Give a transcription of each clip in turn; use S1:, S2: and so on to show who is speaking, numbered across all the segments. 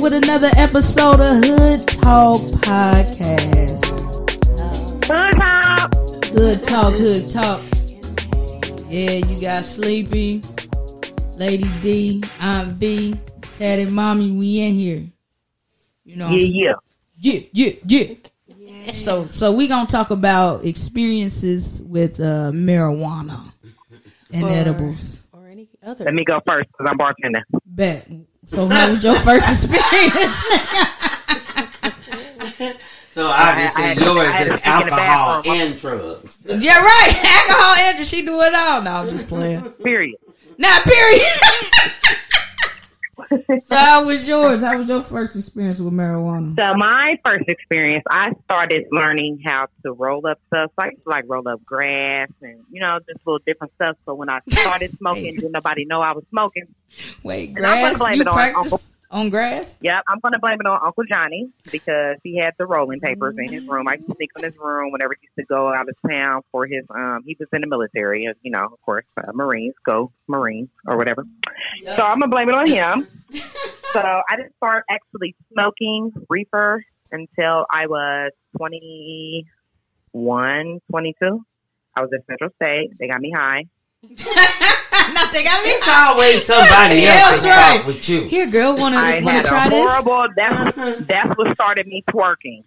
S1: with another episode of Hood Talk Podcast.
S2: Hood hop.
S1: Hood Talk, Hood Talk. Yeah, you got Sleepy, Lady D, Aunt B, Teddy, Mommy. We in here. You know. what I'm saying?
S2: Yeah,
S1: Yeah, yeah, yeah. So, so we gonna talk about experiences with uh, marijuana and
S3: Or-
S1: edibles.
S3: or any
S2: yeah.
S3: other.
S2: Let me go first because I'm bartending.
S1: Bet. So, how was your first experience?
S4: So obviously
S2: I had to- I
S4: yours
S2: had to
S4: is
S2: speak in the
S4: alcohol
S2: bathroom.
S4: and drugs.
S1: yeah, right. Alcohol and she do it all. No, I'm just playing.
S2: Period.
S1: Not period. so how was yours? How was your first experience with marijuana?
S2: So my first experience, I started learning how to roll up stuff, like like roll up grass and you know just little different stuff. So when I started smoking, didn't nobody know I was smoking.
S1: Wait,
S2: And I'm gonna
S1: grass?
S2: blame
S1: You
S2: it on
S1: practice on, grass?
S2: Yep, I'm gonna blame it on Uncle Johnny because he had the rolling papers in his room. I used to sneak in his room whenever he used to go out of town for his. Um, he was in the military, and, you know, of course, uh, Marines go Marines or whatever. So I'm gonna blame it on him. so I didn't start actually smoking reefer until I was 21, 22. I was at Central State. They got me high.
S1: Nothing. I
S4: It's always somebody
S1: Yeah,
S4: else's
S1: that's right.
S4: fault with you.
S1: mean, here, girl,
S2: I
S1: wanna wanna
S2: had
S1: try
S2: a
S1: this?
S2: horrible. That's that's what started me twerking.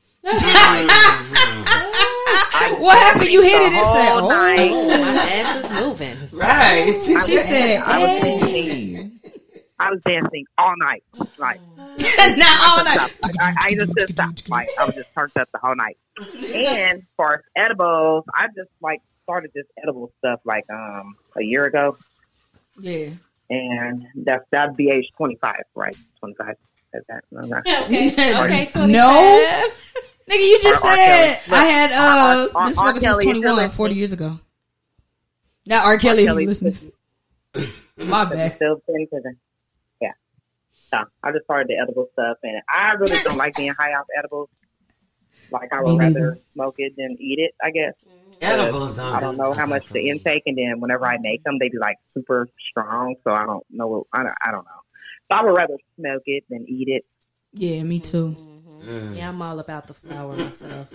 S1: what happened? You hit
S2: the
S1: it and said,
S2: whole night.
S1: "Oh."
S3: My ass is moving.
S4: right.
S1: She said,
S2: I was
S1: "Hey."
S2: I was dancing all night. Like
S1: Not all
S2: I,
S1: night.
S2: I, I just couldn't stop. Like I was just turned up the whole night. And as far as edibles, I just like started this edible stuff like um a year ago,
S1: Yeah.
S2: and that's that'd be age twenty five, right? Twenty five. That. No, no.
S3: Okay, okay, 25.
S1: No. Nigga, you just
S2: Or R.
S1: said
S2: Kelly.
S1: I had uh
S2: Or- or-
S1: been
S2: or
S1: smoking since
S2: Kelly, if you're
S1: 21, 40 years ago. Not R. Kelly, if
S2: Kelly.
S1: you listening. My bad.
S2: Still in prison. Yeah. So I just started the edible stuff, and I really don't like being high off edibles. Like I
S1: Me
S2: would
S1: neither.
S2: rather smoke it than eat it. I guess.
S4: Edibles don't
S2: I don't know how much the intake, and then whenever I make them, they be like super strong. So I don't know. What, I don't, I don't know. So I would rather smoke it than eat it.
S1: Yeah, me too.
S3: Yeah, I'm all about the flower myself.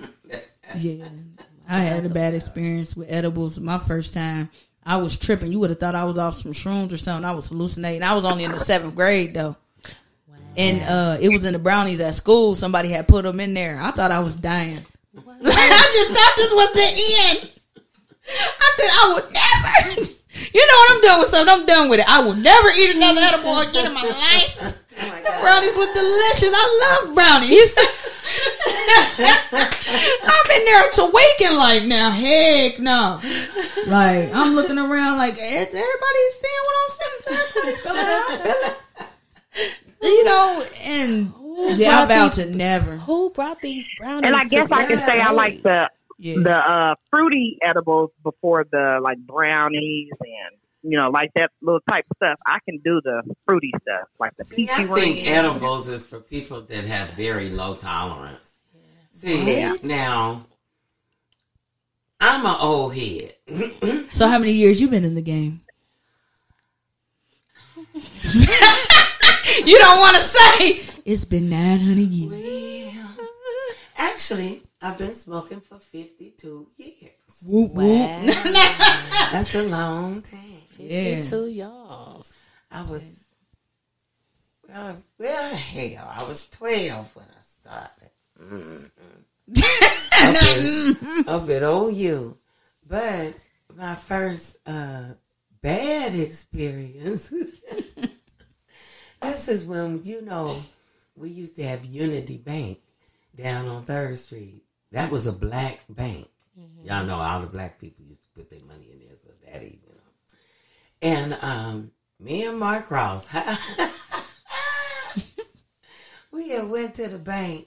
S1: Yeah. I had a bad experience with edibles my first time. I was tripping. You would have thought I was off some shrooms or something. I was hallucinating. I was only in the seventh grade though. And uh, it was in the brownies at school. Somebody had put them in there. I thought I was dying. I just thought this was the end. I said I would never. You know what? I'm done with something. I'm done with it. I will never eat another edible again in my life. the brownies was delicious. I love brownies. I'm in there to waking like now. Heck no. Like I'm looking around like is everybody seeing what I'm seeing? Everybody feeling it? I'm feeling it? You know, and yeah, I'm about to never.
S3: Who brought these brownies?
S2: And I guess
S3: to
S2: I can say I like the
S1: Yeah.
S2: the uh, fruity edibles before the like brownies and you know like that little type of stuff. I can do the fruity stuff like the
S4: See, I
S2: peachy
S4: think
S2: ring.
S4: edibles is for people that have very low tolerance. See,
S1: What?
S4: now, I'm an old head.
S1: So how many years you been in the game? you don't want to say it's been nine hundred years.
S4: Actually, I've been smoking for 52 years.
S1: Whoop whoop.
S4: That's a long time.
S1: Yeah.
S3: Two y'all.
S4: I was, well, well, hell, I was 12 when I started.
S1: mm,
S4: Mm-mm. up, at, up at OU. But my first uh, bad experience, this is when, you know, we used to have Unity Bank down on Third Street. That was a black bank. Y'all know all the black people used to put their money in there, so that easy, you know. And um, me and Mark Ross, we had went to the bank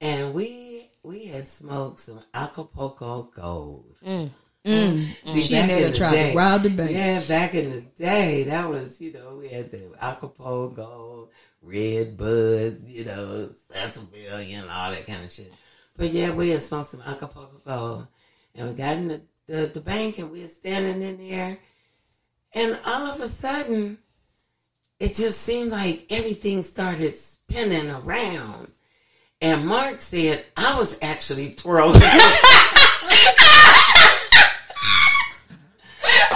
S4: and we we had smoked some Acapulco Gold. See,
S1: She mm, in
S4: back
S1: there
S4: in
S1: to
S4: the
S1: try
S4: day-
S1: to rob the bank.
S4: Yeah, back in the day, that was you know we had the Acapulco Gold, Red Bud, you know, Sassabill, you know, all that kind of shit. But yeah, we had smoked some Acapulco Gold, and we got in the, the, the bank, and we were standing in there, and all of a sudden, it just seemed like everything started spinning around. And Mark said I was actually twirling.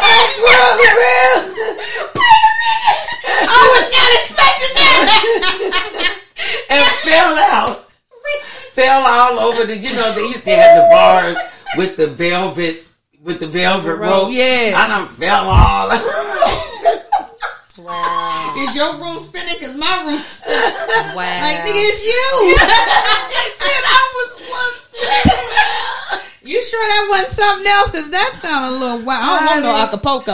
S4: I twirled around. and fell out. fell all over the you know, they used to have the bars with the velvet with the velvet rope.
S1: Oh, yeah.
S4: I done fell all
S3: Oh
S4: over.
S1: Is your room spinning? Cause my room spinning.
S3: Wow.
S1: Like nigga, it's you. and I was once spinning. You sure that wasn't something else? Cause that sounded a little wild. I don't want no Acapulco.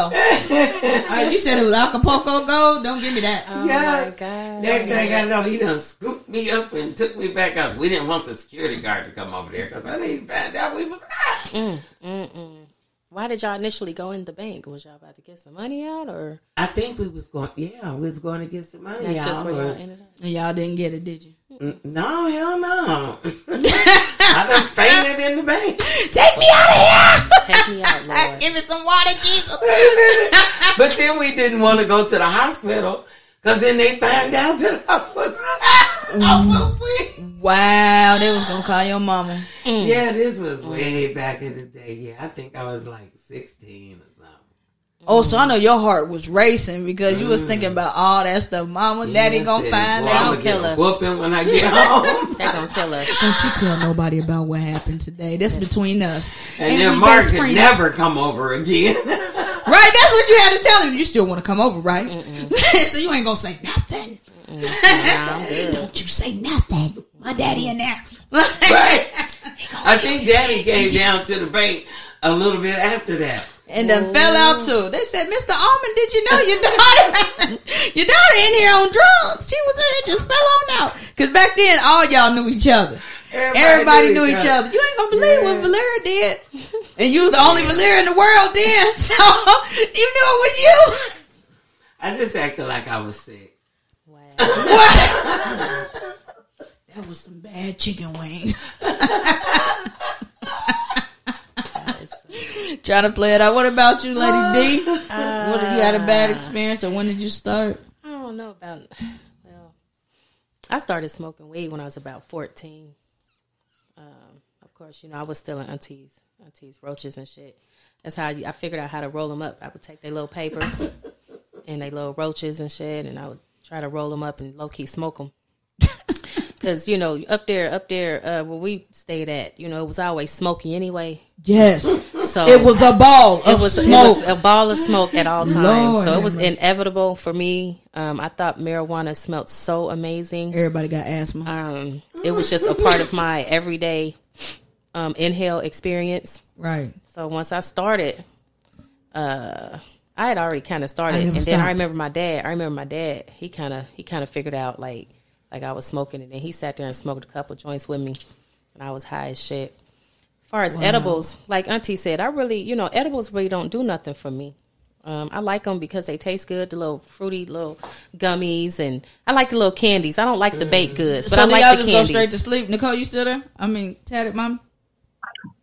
S1: Uh, you said it was Acapulco gold. Don't give me that.
S3: oh
S4: Yeah.
S3: my god.
S4: Next thing I know, he done scooped me up and took me back out. We didn't want the security guard to come over there because I didn't find out we was out.
S3: Mm. Why did y'all initially go in the bank? Was y'all about to get some money out, or
S4: I think we was going, yeah, we was going to get some money.
S3: that's just
S4: out,
S3: where
S4: but-
S3: y'all ended up?
S1: And y'all didn't get it, did you?
S4: No, hell no. I done fainted in the bank.
S1: Take me out of
S3: Take me out,
S1: here.
S3: Lord.
S1: Give me some water, Jesus.
S4: but then we didn't want to go to the hospital because then they find out that I was, I
S1: Mm.
S4: was weak.
S1: Wow, they was gonna call your mama.
S4: Yeah, this was way back in the day. Yeah, I think I was like 16 or something.
S1: Oh, so I know your heart was racing because you was thinking about all that stuff. Mama, daddy
S4: Mm. Yeah, I
S1: gonna
S4: said,
S1: find
S4: "Boy,
S1: out.
S4: I'ma get
S3: Kill
S4: a
S3: us.
S4: Whooping when I get home.
S3: They gonna kill us.
S1: Don't you tell nobody about what happened today. That's between us.
S4: And
S1: Ain't
S4: then
S1: we
S4: Mark
S1: best
S4: could
S1: friends?
S4: never come over again.
S1: Right, that's what you had to tell him. You still want to come over, right? so you ain't gonna say nothing. Don't you say nothing. My daddy in there.
S4: right. I think Daddy came down to the bank a little bit after that.
S1: and then fell out too. They said, Mr. Almond, did you know your daughter, your daughter in here on drugs? She was in here, just fell on out. Cause back then, all y'all knew each other. Everybody, knew each other. You ain't gonna believe what Valera did. And you was the only Valera in the world then. So you knew it was you.
S4: I just acted like I was sick.
S3: Wow.
S1: What? that was some bad chicken wings.
S3: That is so-
S1: Trying to play it out. What about you, Lady D? Ah. What you had a bad experience or when did you start?
S3: I don't know about. Well, I started smoking weed when I was about fourteen. Um, of course, you know I was still in aunties, aunties roaches and shit. That's how you, I figured out how to roll them up. I would take their little papers and they little roaches and shit, and I would try to roll them up and low key smoke them. Cause you know up there, up there uh, where we stayed at, you know it was always smoky anyway.
S1: Yes.
S3: So
S1: It was a ball of
S3: it was, it
S1: smoke.
S3: was a ball of smoke at all times.
S1: Lord
S3: so
S1: have
S3: it was inevitable for me. Um, I thought marijuana smelled so amazing.
S1: Everybody got asthma.
S3: Um, it was just a part of my everyday um, inhale experience.
S1: Right.
S3: So once I started, uh, I had already kind of started,
S1: I
S3: and
S1: never
S3: then I
S1: stopped.
S3: remember my dad. I remember my dad. He kind of he kind of figured out like like I was smoking, and then he sat there and smoked a couple joints with me, and I was high as shit. As far as edibles, like Auntie said, I really you know edibles really don't do nothing for me. Um, I like them because they taste good, the little fruity little gummies, and I like the little candies. I don't like the baked goods, but
S1: so
S3: I
S1: do y'all
S3: like the
S1: just
S3: candies.
S1: go straight to sleep. Nicole, you still there? I mean, tatted mom.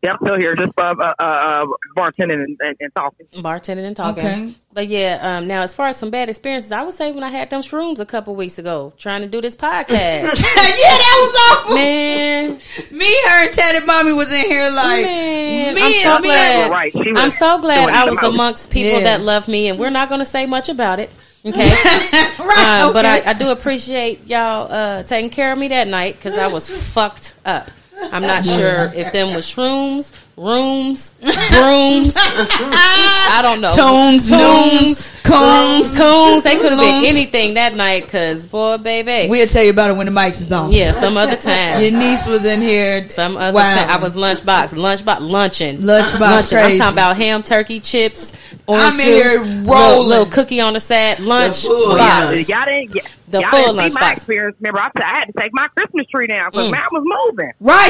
S2: Yeah, I'm still here, just uh, uh, uh, bartending and, and, and talking.
S3: bartending and talking.
S1: Okay.
S3: But yeah, um, now as far as some bad experiences, I would say when I had them shrooms a couple weeks ago, trying to do this podcast,
S1: yeah, that was awful.
S3: man,
S1: Me, her, and tatted mommy was in here like
S3: man,
S1: me
S3: I'm
S1: and
S3: so
S1: me
S3: glad.
S1: and-
S2: Right, she was
S3: I'm so glad
S2: doing
S3: I was
S2: the most.
S3: amongst people
S1: Yeah.
S3: that love me, and we're not going to say much about it, okay?
S1: right.
S3: Um, But
S1: okay.
S3: I, I do appreciate y'all uh, taking care of me that night because I was fucked up. I'm not sure if them was shrooms, rooms, brooms. I don't know.
S1: Tones,
S3: Tones,
S1: nooms, combs.
S3: coons. They could have been
S1: Coons.
S3: anything that night because boy, baby.
S1: We'll tell you about it when the mics is on.
S3: yeah, some other time.
S1: Your niece was in here.
S3: Some other
S1: wilding.
S3: time. I was lunchbox, lunchbox, lunching.
S1: Lunchbox
S3: lunching. I'm
S1: crazy.
S3: talking about ham, turkey, chips, orange
S1: I'm in
S3: juice,
S1: here
S3: Little,
S1: rolling.
S3: little cookie on the side, lunch
S4: food,
S2: Yeah,
S3: box.
S2: y'all didn't, y-
S3: The
S2: y'all
S3: full
S2: didn't
S3: lunch
S2: see my
S3: box. Mm.
S2: experience. Remember, I, said I had to take my Christmas tree down because mine was moving.
S1: right.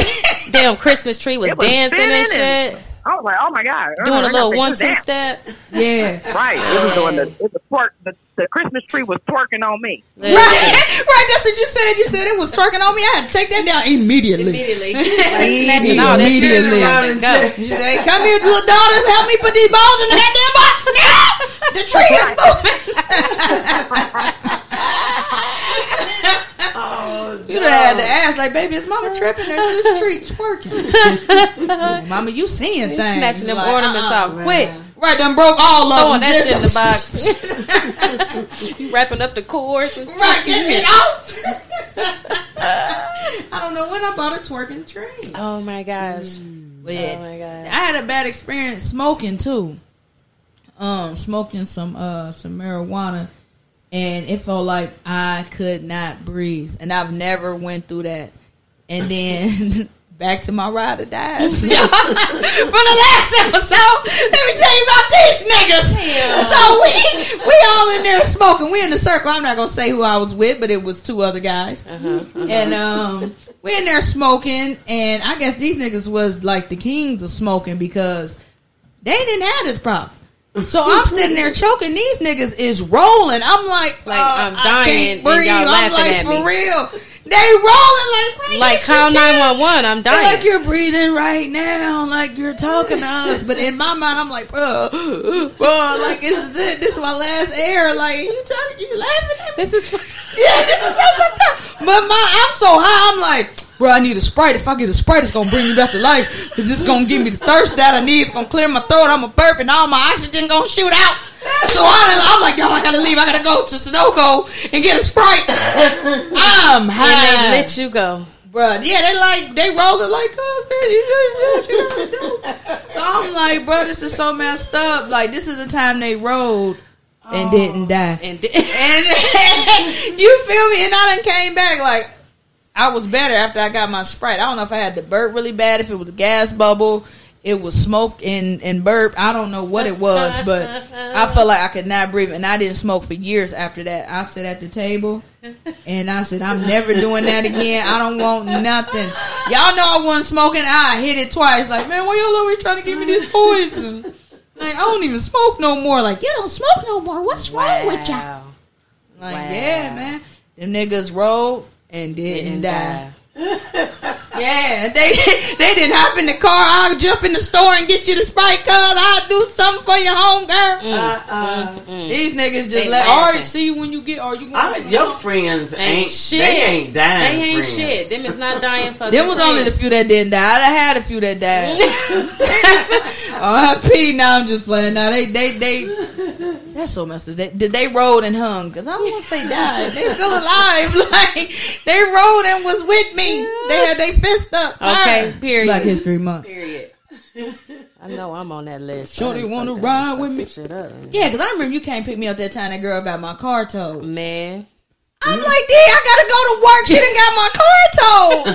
S3: Damn Christmas tree was,
S2: It was
S3: dancing and
S2: spinning
S3: shit.
S2: and- I was like, oh my God. Uh, I
S3: doing a
S2: gotta
S3: little
S2: take
S3: one
S2: this
S3: two
S2: down.
S3: step.
S1: yeah.
S2: Right. It was doing the, it was twerk, the, the Christmas tree was twerking on me.
S1: Right, right. That's what you said. You said it was twerking on me. I had to take that down immediately.
S3: Immediately, she was like snatching all that shit
S1: Immediately.
S3: around and go.
S1: She said, "Hey, "Come here, little daughter, help me put these balls in the goddamn box now. The tree is moving."
S3: Oh,
S1: like, baby, is mama tripping? There's this tree twerking. Like, mama, you seeing
S3: You
S1: things.
S3: snatching them
S1: Like,
S3: ornaments
S1: uh-uh.
S3: off quick.
S1: Right, done broke all of
S3: Throwing
S1: them.
S3: that
S1: Just-
S3: shit in the box. you wrapping up the cords. and
S1: Right, get it out. I don't know when I bought a twerking tree.
S3: Oh my gosh.
S1: But
S3: Oh my
S1: I
S3: god.
S1: had a bad experience smoking too. Um, smoking some uh some marijuana, and it felt like I could not breathe, and I've never went through that. And then back to my ride or dies y'all. from the last episode. Let me tell you about these niggas. So we we all in there smoking. We in the circle. I'm not gonna say who I was with, but it was two other guys and um, we in there smoking, and I guess these niggas was like the kings of smoking because they didn't have this problem. So I'm sitting there choking. These niggas is rolling. I'm like,
S3: Like,
S1: oh,
S3: I'm
S1: I
S3: dying,
S1: can't
S3: and
S1: breathe.
S3: y'all
S1: I'm
S3: laughing
S1: like,
S3: at
S1: for
S3: me.
S1: real. They rolling like, bro,
S3: Like
S1: yes, you
S3: call
S1: can.
S3: nine one one. I'm
S1: They're
S3: dying.
S1: Like you're breathing right now, like you're talking to us. But in my mind, I'm like, bro, bro, like this is it. This is my last air. Like you talking, you laughing at me.
S3: this is.
S1: Yeah, this is so fucked up. But my, I'm so high. I'm like, bro, I need a sprite. If I get a sprite, it's gonna bring me back to life. Cause it's gonna give me the thirst that I need. It's gonna clear my throat. I'm a burp, and all my oxygen gonna shoot out. So I, I'm like, yo, I gotta leave. I gotta go to Sunoco and get a sprite. I'm high,
S3: And they let you go.
S1: bruh. Yeah, they like they rolling like us, man. You know, you know what you gotta do. So I'm like, bro, this is so messed up. Like this is the time they rolled and
S3: Oh.
S1: didn't die
S3: And then,
S1: and you feel me? And I done came back like I was better after I got my sprite. I don't know if I had the burp really bad, if it was a gas bubble, it was smoke and and burp. I don't know what it was, but I felt like I could not breathe, and I didn't smoke for years after that. I sat at the table. And I said, I'm never doing that again. I don't want nothing. Y'all know I wasn't smoking. I hit it twice. Like, man, why y'all always trying to give me this poison? Like, I don't even smoke no more. Like, you don't smoke no more. What's wrong with you? all
S3: wow.
S1: like,
S3: Wow.
S1: yeah, man. Them niggas rolled and didn't
S3: Didn't
S1: die.
S3: die.
S1: Yeah, they they didn't hop in the car. I'll jump in the store and get you the Sprite, cuz I'll do something for your home, girl. uh,
S4: Uh-uh.
S1: These niggas just
S3: Mm. They
S1: let, all right,
S3: laughing.
S1: see you when you get, or you
S4: I,
S1: going
S4: your friends ain't,
S3: Ain't shit.
S4: They ain't dying.
S3: They ain't
S4: friends.
S3: shit. Them is not dying for.
S1: There was only the few that didn't die. I done had a few that died. RIP. Now I'm just playing. Now they they they. That's so messed up. They, did they rolled and hung? Because I don't want to say died. They still alive. Like they rolled and was with me. They had they fist up.
S3: Okay.
S1: Fire.
S3: Period.
S1: Black History Month.
S3: Period. I know I'm on that list.
S1: Sure they
S3: I done
S1: wanna
S3: fucked
S1: ride
S3: up-
S1: with
S3: fucked
S1: me.
S3: some Shit up.
S1: Yeah, because I remember you can't pick me up that time. That girl got my car
S3: Mm-hmm.
S1: towed.
S3: Man,
S1: I'm like, D, I gotta go to work. She didn't got my car towed.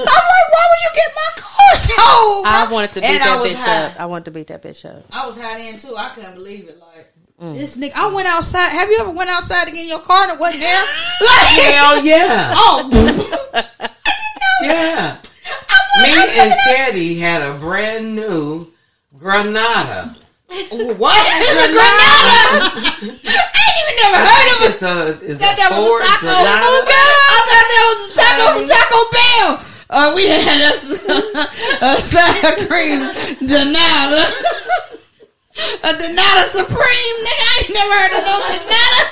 S1: I'm like, why would you get my car towed?
S3: I wanted to beat
S1: And I
S3: that
S1: was
S3: bitch
S1: high.
S3: up. I wanted to beat that bitch up.
S1: I was hot in too. I couldn't believe it. Like this nigga, I went outside. Have you ever went outside to get in your car and it wasn't there? Like
S4: Hell yeah.
S1: oh,
S4: Yeah. Me and Teddy had a brand new Granada.
S1: what? It's a Granada. I ain't even never heard of it.
S4: It's a, it's a
S1: I thought that was
S4: Ford
S1: a taco. Oh, I
S4: Granada.
S1: thought that was a taco from Taco Bell. Uh, we had a, a sour cream Donata. A Donata Supreme, nigga. I ain't never heard of no Donata.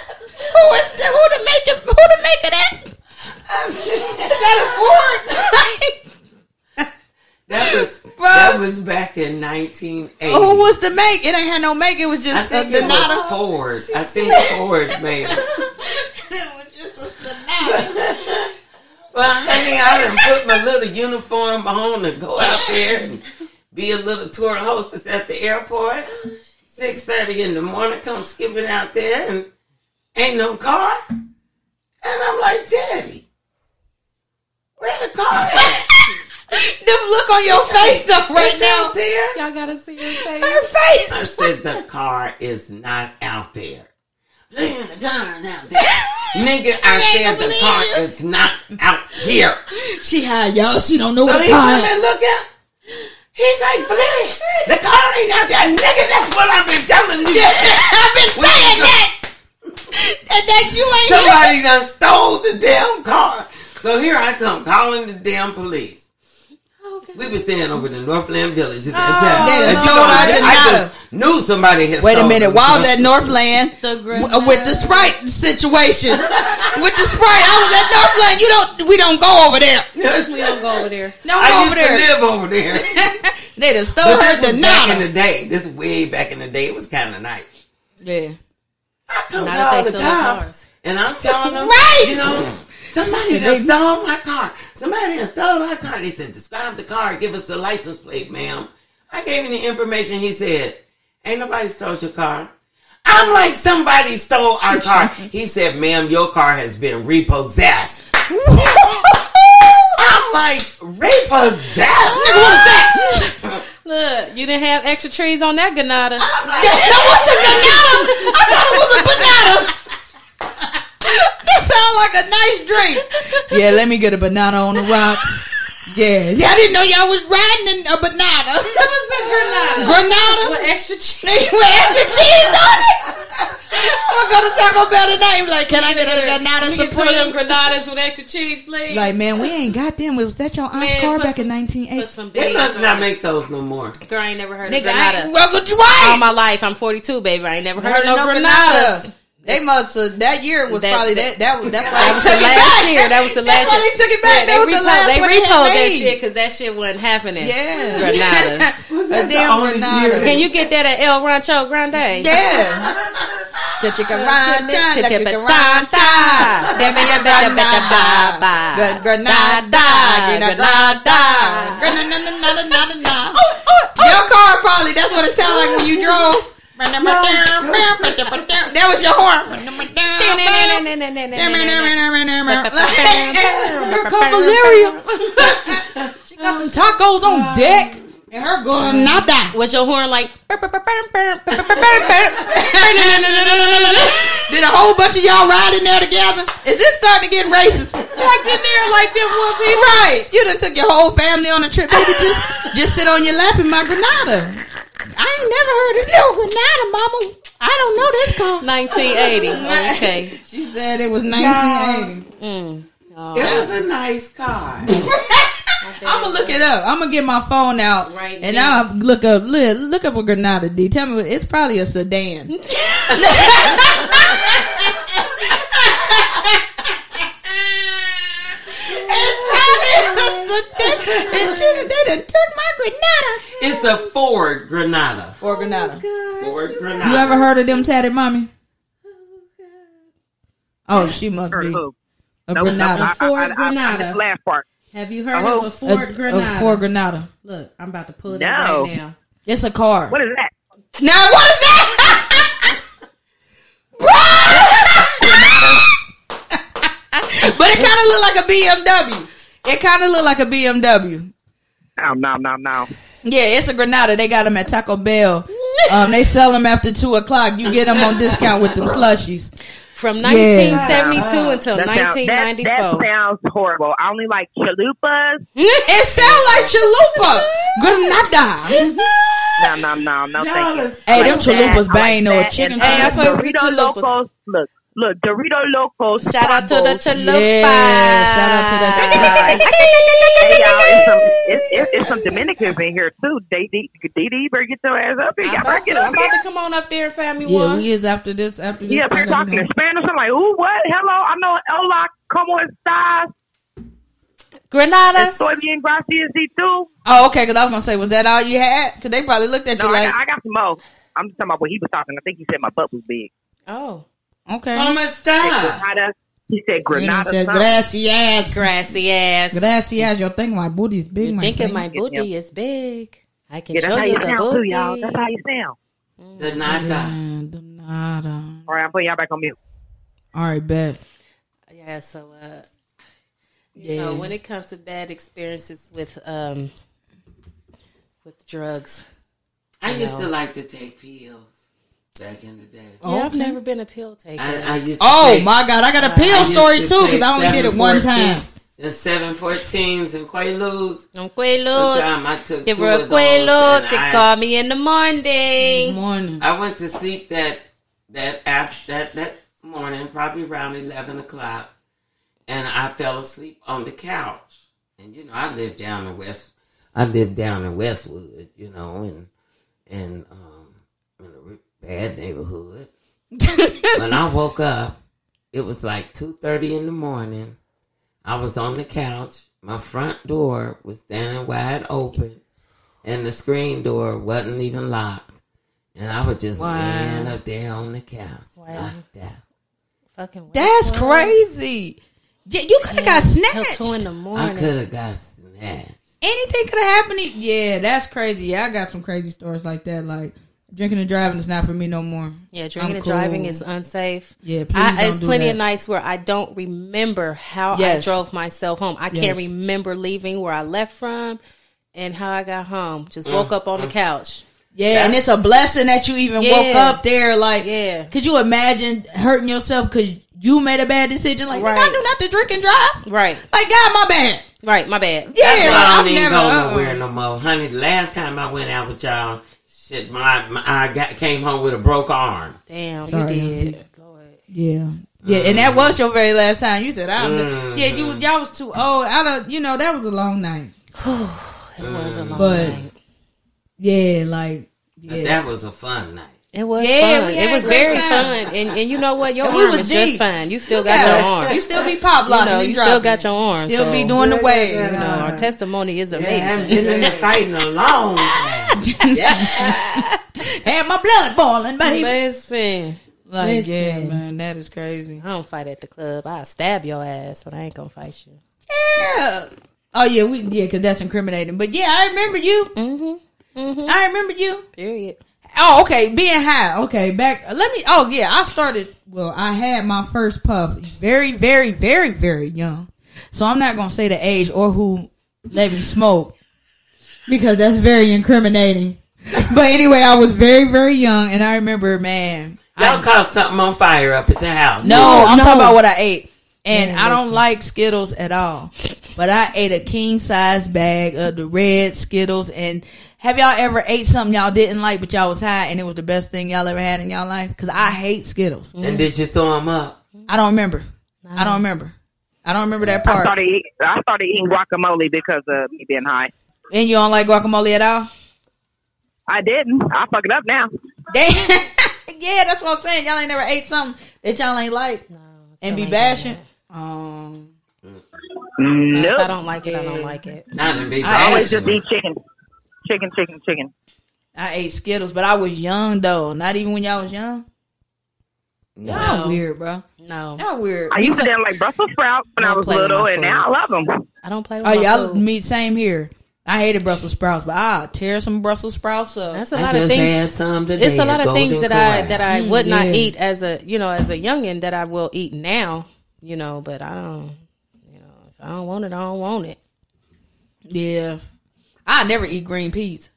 S1: Who is the, who to make it? Who to make it at? Um, Is that a Ford?
S4: That was
S1: Bruh.
S4: that was back in 1980.
S1: who was the make? It ain't had no make. It was
S4: I
S1: just a
S4: think it was
S1: Donata.
S4: Ford. I think Ford made it.
S1: It was just a Donata.
S4: Well, honey, I done put my little uniform on and go out there and be a little tour hostess at the airport. Six thirty in the morning, come skipping out there and ain't no car. And I'm like, Teddy, where the car at?
S1: The look on your face though, right
S4: It's
S1: now.
S4: out there.
S3: Y'all gotta see your face.
S1: Her face.
S4: I said the car is not out there. Look at the car is out there. Nigga, I,
S1: ain't
S4: said the
S1: believe
S4: car
S1: you.
S4: is not out here.
S1: She high, y'all. She don't know
S4: So
S1: what
S4: he
S1: a
S4: come
S1: pie.
S4: and look out. He's like, Flinny, the car ain't out there. Nigga, that's what I've been telling you.
S1: I've been
S4: We
S1: saying
S4: go-
S1: that. And that you ain't.
S4: Somebody done stole the damn car. So here I come calling the damn police.
S3: Oh, God.
S4: we been staying over in Northland Village at
S1: Oh,
S4: that time.
S1: that
S4: And
S1: is
S4: she
S1: so
S4: know
S1: I did
S4: I
S1: not.
S4: just knew somebody had
S1: Wait a
S4: stolen
S1: minute.
S4: it.
S1: Why was at Northland
S3: The
S1: w- uh,
S3: Griffin.
S1: with the Sprite situation? with the Sprite, I was at Northland. You don't. We don't go over there.
S3: We don't go over there.
S1: Don't
S4: I
S1: go
S4: used
S1: over there.
S4: to live over there.
S1: They done stole
S4: But
S1: her
S4: this was back in
S1: banana.
S4: the day. This was way back in the day. It was kind of nice.
S1: Yeah.
S4: I come
S3: Not
S4: to
S3: if they
S4: all the
S3: still in cars.
S4: cops, and I'm telling them,
S1: Right.
S4: you know, somebody done stole my car. Somebody done stole our car. They said, describe the car. Give us the license plate, ma'am. I gave him the information. He said, ain't nobody stole your car. I'm like, somebody stole our car. he said, ma'am, your car has been repossessed. I'm like, repossessed?
S1: What is that?
S3: Look, you didn't have extra trees on that Granada.
S4: I'm like,
S1: That was a banana. I thought it was a banana. that sounds like a nice drink. Yeah, let me get a banana on the rocks. Yeah, yeah I didn't know y'all was riding in a banana. That was a granada. Granada.
S3: With extra trees.
S1: They put extra cheese on it. I'm gonna Taco Bell tonight. and be Like, can I get a banana
S3: Can you throw them
S1: supreme?
S3: Granadas with extra cheese, please?
S1: Like, man, we ain't got them. Was that your aunt's
S3: Man,
S1: car
S3: put
S1: back
S3: some-
S1: in
S3: Put
S1: 1980?
S3: some
S4: they
S3: beans
S4: must
S3: on
S4: not
S3: it.
S4: make those no more.
S3: Girl, I ain't never heard
S1: Nigga,
S3: of
S1: I
S3: Granada.
S1: ain't welcome to
S3: All
S1: why?
S3: my life, I'm 42, baby. I ain't never heard,
S1: heard
S3: of no Granadas.
S1: They must have that year was
S3: That-
S1: probably
S3: that-
S1: that that was that's why
S3: That
S1: they took it
S3: was the last
S1: back.
S3: year. That was the last
S1: that's why
S3: year.
S1: they took it back.
S3: Yeah,
S1: that was the last
S3: they
S1: one
S3: repoed
S1: had
S3: that
S1: made.
S3: shit because that shit wasn't happening.
S1: Yeah,
S3: Granadas.
S4: Was
S1: But
S4: that the
S1: then
S4: only
S1: Granada.
S4: year?
S3: Can you get that at El Rancho Grande?
S1: Yeah. Cha-chica-ran-cha, la-chica-ran-cha. Granada, Granada, Granada. Your car probably that's what it sounded like when you drove. That was your horn. Here come Valeria. she got the tacos on deck, and her going not that.
S3: Was your horn like?
S1: Did a whole bunch of y'all ride in there together? Is this starting to get racist?
S3: Like in there, like them whoopee.
S1: Right, you done took your whole family on a trip. Baby, just just sit on your lap in my Granada. I ain't never heard of no Granada, Mama. I don't know this car.
S3: 1980. Okay.
S1: She said it was 1980.
S3: Mm.
S4: It
S3: Oh,
S4: was a nice car.
S1: I'm gonna look it up. I'm gonna get my phone out
S3: Right
S1: and
S3: now.
S1: I'll look up look, look up a Granada D. Tell me, what- it's probably a sedan. it's probably a sedan. And she, they done took my Granada
S4: It's a Ford Granada.
S1: or Granada.
S4: Ford Granada.
S1: You ever heard of them tatted mommy? Oh, she must
S3: Mm-hmm.
S1: be
S2: Who?
S1: a
S2: Nope,
S1: Granada.
S2: nope, I- I-
S5: Ford
S2: I- I- I
S5: Granada.
S2: missed Last part.
S5: Have you heard
S2: Oh.
S5: of a Ford
S1: a,
S5: Granada?
S1: A Ford Granada.
S5: Look, I'm about to pull it
S2: No.
S5: up right now.
S1: It's a car.
S2: What is that?
S1: Now what is that? Bruh! but it kind of looked like a BMW. It kind of looked like a BMW.
S2: Oh, no, no, no.
S1: Yeah, it's a Granada. They got them at Taco Bell. Um, they sell them after two o'clock. You get them on discount with them slushies.
S3: From 1972 until
S2: That sound- that- That
S3: 1994.
S2: sounds horrible. I only like chalupas.
S1: It sound like chalupa. Granada.
S2: No, no, no, no, thank you.
S1: Hey, them
S2: Like
S1: chalupas
S2: that, I
S1: bang
S2: like
S1: no
S2: that,
S1: chicken.
S2: and I
S3: Hey, I
S1: Hey,
S2: like
S3: fuck with
S2: Dorito
S3: chalupas.
S2: Locos. Look, look, Dorito Locos.
S3: Shout out to the
S2: tacos.
S3: chalupa.
S1: Yeah, shout out to that
S2: Guys, hey, y'all, it's some, it's, it's, it's some Dominicans in here too. They, they, they, they better get your ass up here.
S3: I'm
S2: Y'all
S3: about
S2: better
S3: to,
S2: get
S3: I'm
S2: up
S3: about to
S2: here.
S3: come on up there and find me
S1: yeah,
S3: one.
S1: we is after this. After this,
S2: Yeah, if
S1: I
S2: you're
S1: gotta
S2: talking
S1: go.
S2: in Spanish, I'm like, ooh, what? Hello, I know Ella, como estas? And
S3: Granadas.
S2: soybean gracias y tú.
S1: Oh, okay. Because I was gonna say, was that all you had? Because they probably looked at you
S2: No, I
S1: like,
S2: got, I got some more. I'm just talking about what he was talking. I think he said my butt was big.
S3: Oh,
S1: okay.
S4: Oh, my God.
S2: Granada. He said
S1: And
S2: Granada.
S1: he said,
S2: something.
S1: gracias.
S3: grassy ass.
S1: Gracias. You think my booty's big,
S3: you
S1: my
S3: thinking
S1: friend?
S3: my booty is big? I can
S2: Yeah, that's
S3: show
S2: how
S3: you
S2: you
S3: the
S2: sound too, y'all. That's
S3: booty.
S2: how you sound.
S4: Granada.
S1: Granada.
S2: All right, I'm putting y'all back on mute.
S1: All right, bet.
S3: Yeah. So, uh, you
S1: Yeah.
S3: know, when it comes to bad experiences with um with drugs,
S4: I
S1: Mm-hmm.
S4: used to like to take pills back in the day.
S1: Oh,
S3: yeah, I've
S1: okay.
S3: never been a pill taker.
S4: I, I used to
S1: Oh
S4: take,
S1: my God, I got a
S4: I
S1: pill
S4: used
S1: story
S4: to
S1: too because
S4: take
S1: I only did it one
S4: 714
S1: time.
S4: The 714s and Quaaludes.
S3: I'm
S4: One
S3: Quelo.
S4: time I took
S3: Give
S4: two
S3: her a
S4: of those and
S3: Quelo. They
S4: I,
S3: call me in the morning.
S1: Morning.
S4: I went to sleep that that after, that that morning, probably around eleven o'clock, and I fell asleep on the couch. And you know, I lived down in West I lived down in Westwood, you know, and and um, in a re- bad neighborhood. when I woke up, it was like two thirty in the morning. I was on the couch. My front door was standing wide open, and the screen door wasn't even locked. And I was just laying up there on the couch,
S3: Wow.
S4: locked out.
S3: Fucking
S1: That's
S3: Westwood.
S1: crazy. Yeah, you could have got
S3: Till
S1: snatched.
S3: two in the
S4: I
S3: morning.
S4: could have got snatched.
S1: Anything could have happened. to- Yeah, that's crazy. Yeah, I got some crazy stories like that. Like drinking and driving is not for me no more.
S3: Yeah, drinking
S1: I'm
S3: and driving
S1: cool.
S3: is unsafe.
S1: Yeah, please
S3: I,
S1: don't
S3: it's
S1: do
S3: plenty
S1: that.
S3: of nights where I don't remember how
S1: Yes.
S3: I drove myself home. I
S1: Yes.
S3: can't remember leaving where I left from and how I got home. Just woke up on the couch.
S1: Yeah, and it's a blessing that you even woke
S3: Yeah.
S1: up there. Like,
S3: Yeah.
S1: could you imagine hurting yourself because you made a bad decision? Like, nigga, I
S3: Right.
S1: knew not to drink and drive.
S3: Right,
S1: Like, God, my bad.
S3: right. My bad.
S1: Yeah,
S4: That's why I
S1: like,
S4: don't
S1: I'm
S4: even
S1: never.
S4: go
S1: uh-uh.
S4: nowhere no more, honey. The last time I went out with y'all, shit, my, my I got came home with a broke arm.
S3: Damn,
S1: Sorry,
S3: you did. Lord.
S1: Yeah. Yeah, and
S3: Mm.
S1: that was your very last time. You said, "I'm." the Yeah, you y'all was too old. I don't. You know, that was a long night.
S3: It was a long
S1: But-
S3: night.
S1: Yeah, like
S4: But
S1: yeah.
S4: That was a fun night.
S3: It was
S1: Yeah,
S3: fun.
S1: we had
S3: It was
S1: a great
S3: very
S1: time.
S3: fun. And and you know what? Your
S1: And we
S3: arm
S1: was
S3: is
S1: deep.
S3: just fine. You still got
S1: Yeah.
S3: your arm.
S1: You
S3: You
S1: still be pop locking.
S3: know,
S1: and
S3: you still
S1: dropping.
S3: got your arm.
S1: Still
S3: so,
S1: be doing the
S4: Yeah,
S1: wave.
S3: You know, our testimony is amazing.
S4: Yeah, I haven't been in the fight in a long time.
S1: Had my blood boiling, baby.
S3: Listen,
S1: Like yeah,
S3: Listen.
S1: man, that is crazy.
S3: I don't fight at the club. I stab your ass, but I ain't gonna fight you.
S1: Yeah. Oh yeah, we yeah, because that's incriminating. But yeah, I remember you. I remember you.
S3: Period.
S1: Oh, okay. Being high. Okay, back. Let me. Oh, yeah. I started. Well, I had my first puff very, very, very, very young. So I'm not gonna say the age or who let me smoke because that's very incriminating. But anyway, I was very, very young, and I remember, man.
S4: Y'all caught something on fire up at the house.
S1: No, I'm
S3: No.
S1: talking about what I ate. And
S3: Man,
S1: I don't
S3: listen.
S1: like Skittles at all. But I ate a king size bag of the red Skittles. And have y'all ever ate something y'all didn't like, but y'all was high and it was the best thing y'all ever had in y'all life? Because I hate Skittles.
S4: And did you throw them up?
S1: I don't remember. I don't remember. Mm-hmm. I don't remember that
S2: I
S1: part.
S2: started, eat- I started eating guacamole because of me being high.
S1: And you don't like guacamole at all?
S2: I didn't. I fuck it up now.
S1: Damn. yeah, that's what I'm saying. Y'all ain't never ate something that y'all ain't like and be bashing. Um,
S3: If I
S2: Nope.
S3: don't like it, I don't like it.
S4: Not to be
S1: I
S2: Always just
S4: bashful.
S2: eat chicken. Chicken, chicken, chicken.
S1: I ate Skittles, but I was young though. Not even when y'all was young. Y'all
S3: No.
S1: weird, bro.
S3: No,
S1: Y'all weird.
S2: I used to them like Brussels sprouts when
S3: Don't
S2: I was
S3: play with
S2: little,
S3: my
S2: and now I love them.
S3: I don't play with
S1: Oh
S3: my
S1: y'all
S3: food.
S1: me same here. I hated Brussels sprouts, but I'll tear some Brussels sprouts up.
S3: That's a
S4: I
S3: lot of
S4: just
S3: things.
S4: had some today.
S3: It's a lot
S4: at
S3: of things
S4: Golden
S3: that I
S4: Corral.
S3: that I would not
S1: yeah.
S3: eat as a you know as a youngin that I will eat now. You know, but I don't. You know, if I don't want it, I don't want it.
S1: yeah. I never eat green peas.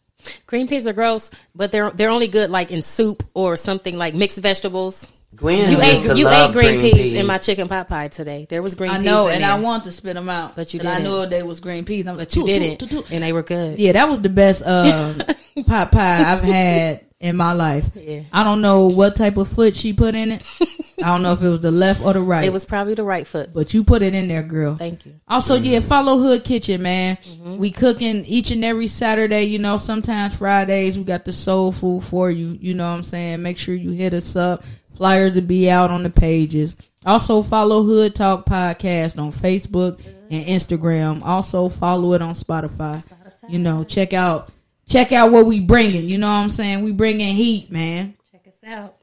S3: Green peas are gross, but they're they're only good like in soup or something like mixed vegetables.
S4: Gwen
S3: You
S4: used
S3: ate
S4: to
S3: you
S4: love
S3: ate green, peas, in my chicken pot pie today. There was green
S1: I know,
S3: peas in
S1: and
S3: there,
S1: I want to spit them out,
S3: But you
S1: and I
S3: didn't.
S1: knew they was green peas. I'm like,
S3: but you
S1: "Toot, toot,
S3: didn't,
S1: toot, toot."
S3: and they were good.
S1: Yeah, that was the best uh, pot pie I've had in my life.
S3: Yeah.
S1: I don't know what type of foot she put in it. I don't know if it was the left or the right.
S3: It was probably the right foot.
S1: but you put it in there, girl.
S3: Thank you.
S1: Also,
S3: Mm-hmm.
S1: yeah, follow Hood Kitchen, man. We cooking each and every Saturday. You know, sometimes Fridays we got the soul food for you. You know what I'm saying? Make sure you hit us up. Flyers will be out on the pages. Also, follow Hood Talk Podcast on Facebook and Instagram. Also, follow it on Spotify. You know, check out check out what we bringing. You know what I'm saying? We bringing heat, man.
S3: Check us out.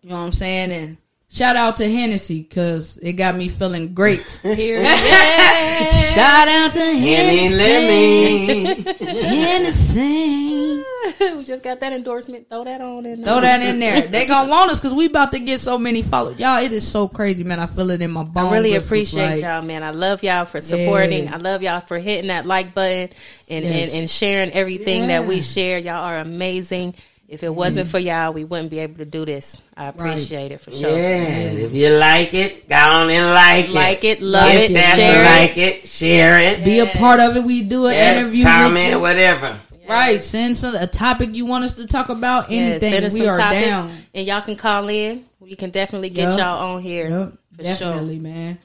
S1: You know what I'm saying? And shout out to Hennessy because it got me feeling great.
S3: Here, yeah.
S1: Shout out to
S4: Henny Lemmy.
S1: Hennessy.
S3: we just got that endorsement. Throw that on in.
S1: Throw that in there. They gonna want us because we about to get so many followers. Y'all, it is so crazy, man. I feel it in my bones.
S3: I really
S1: It's
S3: appreciate
S1: like-
S3: y'all, man. I love y'all for supporting. I love y'all for hitting that like button and,
S1: Yes.
S3: and, and sharing everything that we share. Y'all are amazing. If it wasn't for y'all, we wouldn't be able to do this. I appreciate it for
S4: Yeah,
S3: sure.
S4: if you like it, go on and like it.
S3: Like it, love
S4: Get
S3: it,
S4: that,
S3: share it.
S4: like it, share it.
S1: Be a part of it. We do an
S4: Yes,
S1: interview. with
S4: comment,
S1: you.
S4: whatever.
S1: Right. Send some, a topic you want us to talk about.
S3: Yeah,
S1: Anything.
S3: send us
S1: we
S3: some
S1: are
S3: topics,
S1: down.
S3: and y'all can call in. We can definitely get
S1: Yup.
S3: y'all on here.
S1: Yep.
S3: For sure.
S1: definitely, man.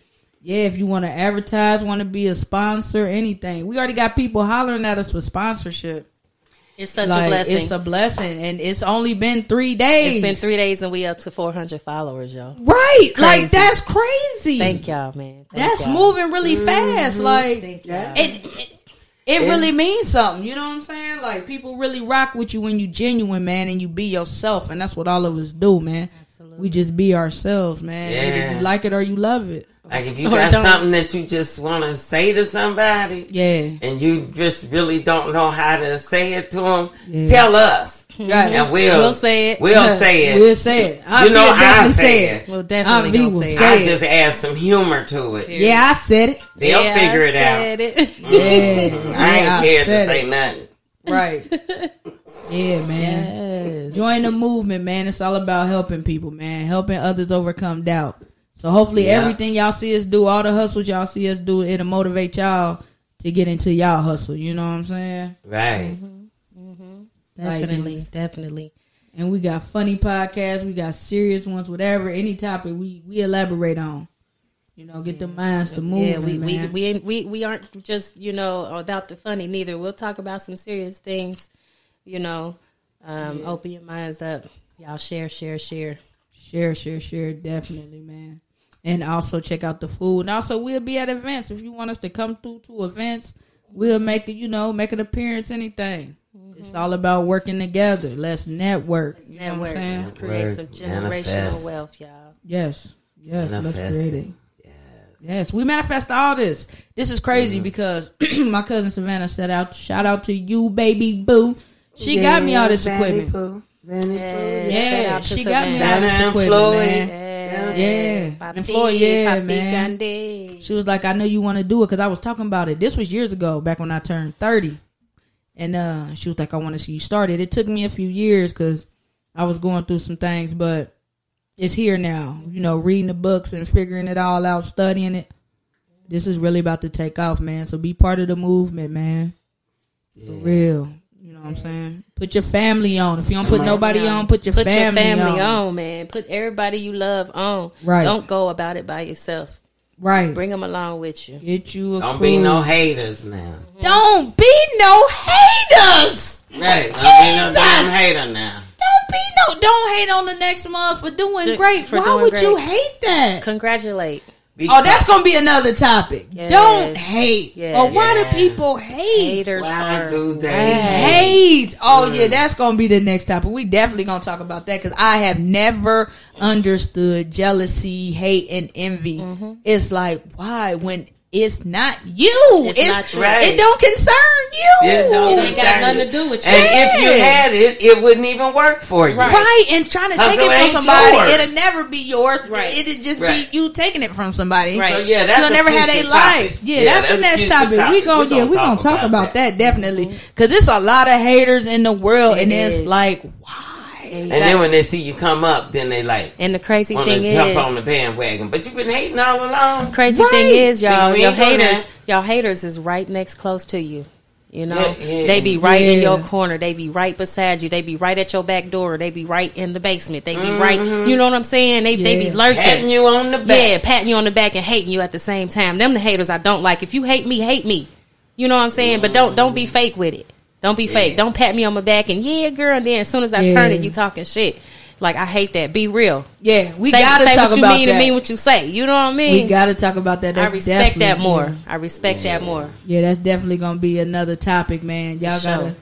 S1: Yeah, if you want to advertise, want to be a sponsor, anything. We already got people hollering at us for sponsorship.
S3: It's such
S1: like
S3: a blessing.
S1: it's a blessing, and it's only been three days.
S3: it's been three days and we up to 400 followers, y'all.
S1: right? Like
S3: Crazy.
S1: that's crazy.
S3: Thank y'all, man. Thank
S1: That's
S3: y'all.
S1: moving really
S4: Mm-hmm.
S1: fast. Like it,
S4: Yeah.
S1: it, it really means something. You know what I'm saying? Like people really rock with you when you genuine, man, and you be yourself, and that's what all of us do, man. We just be ourselves, man. Either
S4: Yeah.
S1: you like it or you love it.
S4: Like if you
S1: Or
S4: got
S1: don't.
S4: something that you just want to say to somebody,
S1: Yeah.
S4: and you just really don't know how to say it to them,
S1: Yeah.
S4: tell us,
S1: Right.
S4: and we'll
S3: We'll say it.
S4: We'll say it.
S1: We'll say it. I
S4: You know,
S1: will
S4: I
S1: definitely
S4: say
S1: say
S4: it.
S1: it.
S3: We'll definitely
S1: I
S3: gonna
S1: will
S3: say it.
S1: say
S4: I just add some humor to it.
S1: Yeah, I said it.
S4: They'll
S3: Yeah,
S4: figure
S3: I
S4: it out.
S3: said it.
S1: Yeah.
S4: I ain't
S1: Yeah, I
S4: scared
S1: said
S4: to
S1: it.
S4: say nothing.
S1: Right. Yeah, man.
S3: Yes.
S1: Join the movement, man. It's all about helping people, man. Helping others overcome doubt. So hopefully
S4: Yeah.
S1: everything y'all see us do, all the hustles y'all see us do, it'll motivate y'all to get into y'all hustle. You know what I'm saying?
S4: Right.
S1: Like,
S3: Definitely, definitely.
S1: And we got funny podcasts, we got serious ones, whatever, any topic we we elaborate on. You know, get the minds to move.
S3: Yeah, we, we
S1: man.
S3: we ain't- we we aren't just you know about the funny neither. We'll talk about some serious things. You know, um, open your minds up. Y'all share, share, share.
S1: Share, share, share, definitely, man. And also check out the food. And also we'll be at events. If you want us to come through to events, we'll make it, you know, make an appearance, anything. It's all about working together. Let's network. You know what I'm
S3: Network.
S1: saying?
S3: Let's create some
S4: Network,
S3: generational
S4: manifest.
S3: wealth, y'all.
S1: Yes. Yes, let's create it.
S4: Manifesting.
S1: Yes, Mm-hmm. we manifest all this. This is crazy because my cousin Savannah said out shout out to you, baby boo. She got me all this equipment.
S3: Shout
S1: Yeah,
S3: out to
S1: she got me all
S3: Savannah.
S1: this
S4: Savannah and
S1: equipment,
S4: Floyd.
S1: man.
S3: Yeah,
S1: Yeah. And Floyd, yeah, man.
S3: Grande.
S1: She was like, I know you want to do it because I was talking about it. This was years ago, back when I turned 30. And uh, she was like, I want to see you start it. It took me a few years because I was going through some things, but it's here now. You know, reading the books and figuring it all out, studying it. This is really about to take off, man. So be part of the movement, man. For real. You know what I'm saying? Put your family on. If you don't put nobody on, put your,
S3: Put
S1: family,
S3: your family
S1: on.
S3: on. man. Put everybody you love on.
S1: Right.
S3: Don't go about it by yourself.
S1: Right.
S3: Bring them along with you.
S1: Get you a
S4: Don't be
S1: crew.
S4: no haters now.
S1: Don't be no haters.
S4: Right. Don't be no
S1: Mm-hmm. Jesus!
S4: damn hater now.
S1: Don't be no. Don't hate on the next month for doing
S3: Do-
S1: great.
S3: for
S1: Why
S3: doing
S1: would
S3: great.
S1: you hate that?
S3: Congratulate.
S1: Oh, that's gonna be another topic.
S3: Yes.
S1: Don't hate.
S3: Yes.
S1: Or why
S4: Yeah.
S1: do people hate?
S3: Haters
S4: why
S3: are
S4: do they?
S1: Hate. Oh yeah, that's gonna be the next topic. We definitely gonna talk about that because I have never understood jealousy, hate, and envy.
S3: Mm-hmm.
S1: It's like why when it's not you,
S3: It's not you.
S4: Right.
S1: it don't concern you.
S4: It don't
S3: It ain't got nothing to do with you.
S4: And if you
S1: Yeah.
S4: had it, it wouldn't even work for you.
S3: Right.
S1: Right, and trying to
S4: Cause
S1: take it
S4: it ain't
S1: from somebody,
S4: yours.
S1: it'll never be yours.
S3: Right.
S1: It'll just
S4: Right.
S1: be you taking it from somebody.
S3: Right.
S4: So yeah, that's
S1: You'll
S4: a
S1: never have a
S4: future
S1: life.
S4: topic.
S1: Yeah, that's, the
S4: a
S1: next
S4: future
S1: topic. We gonna yeah, we gonna talk about, that, definitely because there's a lot of haters in the world,
S3: Mm-hmm. It
S1: and
S3: is.
S1: it's like why?
S3: And, you
S4: And then
S3: got-
S4: when they see you come up, then they like
S3: and the crazy
S4: want
S3: thing
S4: to jump on
S3: is,
S4: the bandwagon. But you've been hating all along.
S3: crazy
S1: Right.
S3: thing is, y'all,
S4: Nigga, we
S3: your
S4: ain't doing
S3: haters,
S4: that.
S3: y'all haters is right next close to you. You know,
S4: Yeah, yeah.
S3: they be right in your
S1: Yeah.
S3: corner. They be right beside you. They be right at your back door. They be right in the basement. They be right. You know what I'm saying? They they be
S1: Yeah.
S3: lurking.
S4: Mm-hmm. Patting you on the
S3: Yeah,
S4: back.
S3: patting you on the back and hating you at the same time. Them the haters I don't like. If you hate me, hate me. You know what I'm saying? But don't don't be
S4: Mm-hmm.
S3: fake with it. Don't be fake. Don't pat me on my back and yeah, girl. And then as soon as I turn it,
S1: Yeah.
S3: you talking shit. Like I hate that. Be real.
S1: Yeah, we
S3: say
S1: gotta
S3: say
S1: talk
S3: what you
S1: about
S3: mean
S1: that.
S3: and mean what you say. You know what I mean?
S1: we gotta talk about that.
S3: I
S1: That's
S3: respect that
S1: definitely-
S3: more. I respect that more.
S1: Yeah, that's definitely gonna be another topic, man. Y'all
S3: For sure.
S1: gotta.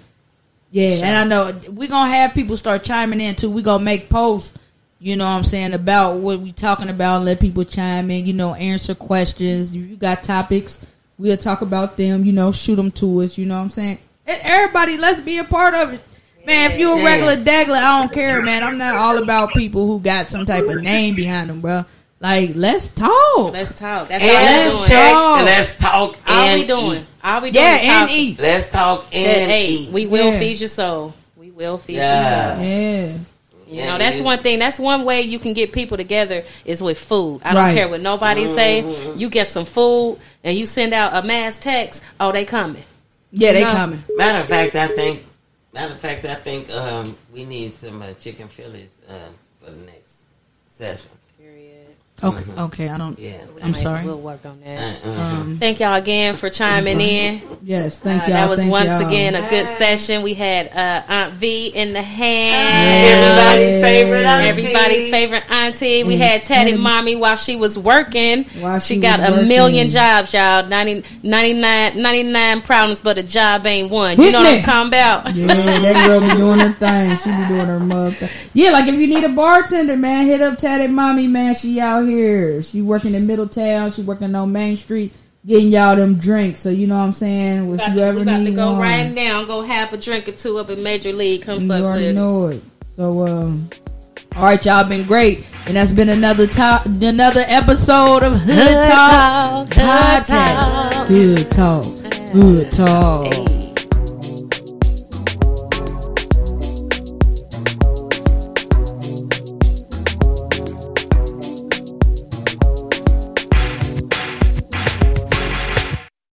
S1: Yeah, and I know we gonna have people start chiming in too. We gonna make posts, you know what I'm saying, about what we talking about. Let people chime in, you know, answer questions. If you got topics, we'll talk about them. You know, shoot them to us. You know what I'm saying. And everybody, let's be a part of it, man. If you a regular dagler, I don't care, man. I'm not all about people who got some type of name behind them, bro. Like, let's talk.
S3: Let's talk. That's
S4: And
S3: all
S1: Yes,
S3: we
S4: check.
S3: doing.
S1: y'all.
S4: Let's talk.
S3: All
S4: and
S3: we doing.
S4: eat.
S3: All we doing.
S1: yeah,
S3: is
S1: and
S3: talking.
S1: eat.
S4: Let's talk and
S3: Hey,
S4: eat.
S3: we will
S1: Yeah.
S3: feed your soul. We will feed your soul.
S4: yeah.
S1: Yeah.
S3: You know, that's one thing. That's one way you can get people together is with food. I don't
S1: Right.
S3: care what nobody say. You get some food and you send out a mass text. Oh, they coming.
S1: Yeah, they
S3: No.
S1: coming.
S4: Matter of fact, I think. Matter of fact, I think um, we need some uh, chicken fillets uh, for the next session.
S3: Period.
S1: Okay, okay. I don't.
S4: Yeah.
S1: I'm sorry.
S3: Mm-hmm.
S1: Um,
S3: We'll work on that. Thank y'all again for chiming in.
S1: Yes, thank
S3: Uh,
S1: y'all.
S3: that was
S1: thank
S3: once
S1: y'all.
S3: again a good session. We had uh, Aunt V in the hand.
S4: Everybody's favorite. auntie.
S3: Everybody's favorite auntie. We had Teddy Mommy while she was working.
S1: Mm-hmm. While
S3: she,
S1: she
S3: got
S1: was
S3: a million
S1: working.
S3: jobs, y'all. 90, 99, 99 problems, but a job ain't one. You
S1: Hit
S3: know what I'm
S1: me.
S3: talking about?
S1: Yeah, that girl be doing her thing. She be doing her mug thing. Yeah, like if you need a bartender, man, hit up Tatted Mommy, man. She out here. She working in Middletown. She working on Main Street, getting y'all them drinks. So you know what I'm saying. If
S3: About
S1: you
S3: to-
S1: ever
S3: we about
S1: need
S3: to go
S1: one,
S3: right now. Go have a drink or two up in Major League. Come
S1: you
S3: fuck
S1: already
S3: with us.
S1: know it. So, um, all right, y'all been great, and that's been another top, another episode of Hood,
S3: Good
S1: Talk,
S3: talk, good
S1: Podcast.
S3: talk.
S1: Good talk, good talk.
S3: Hey.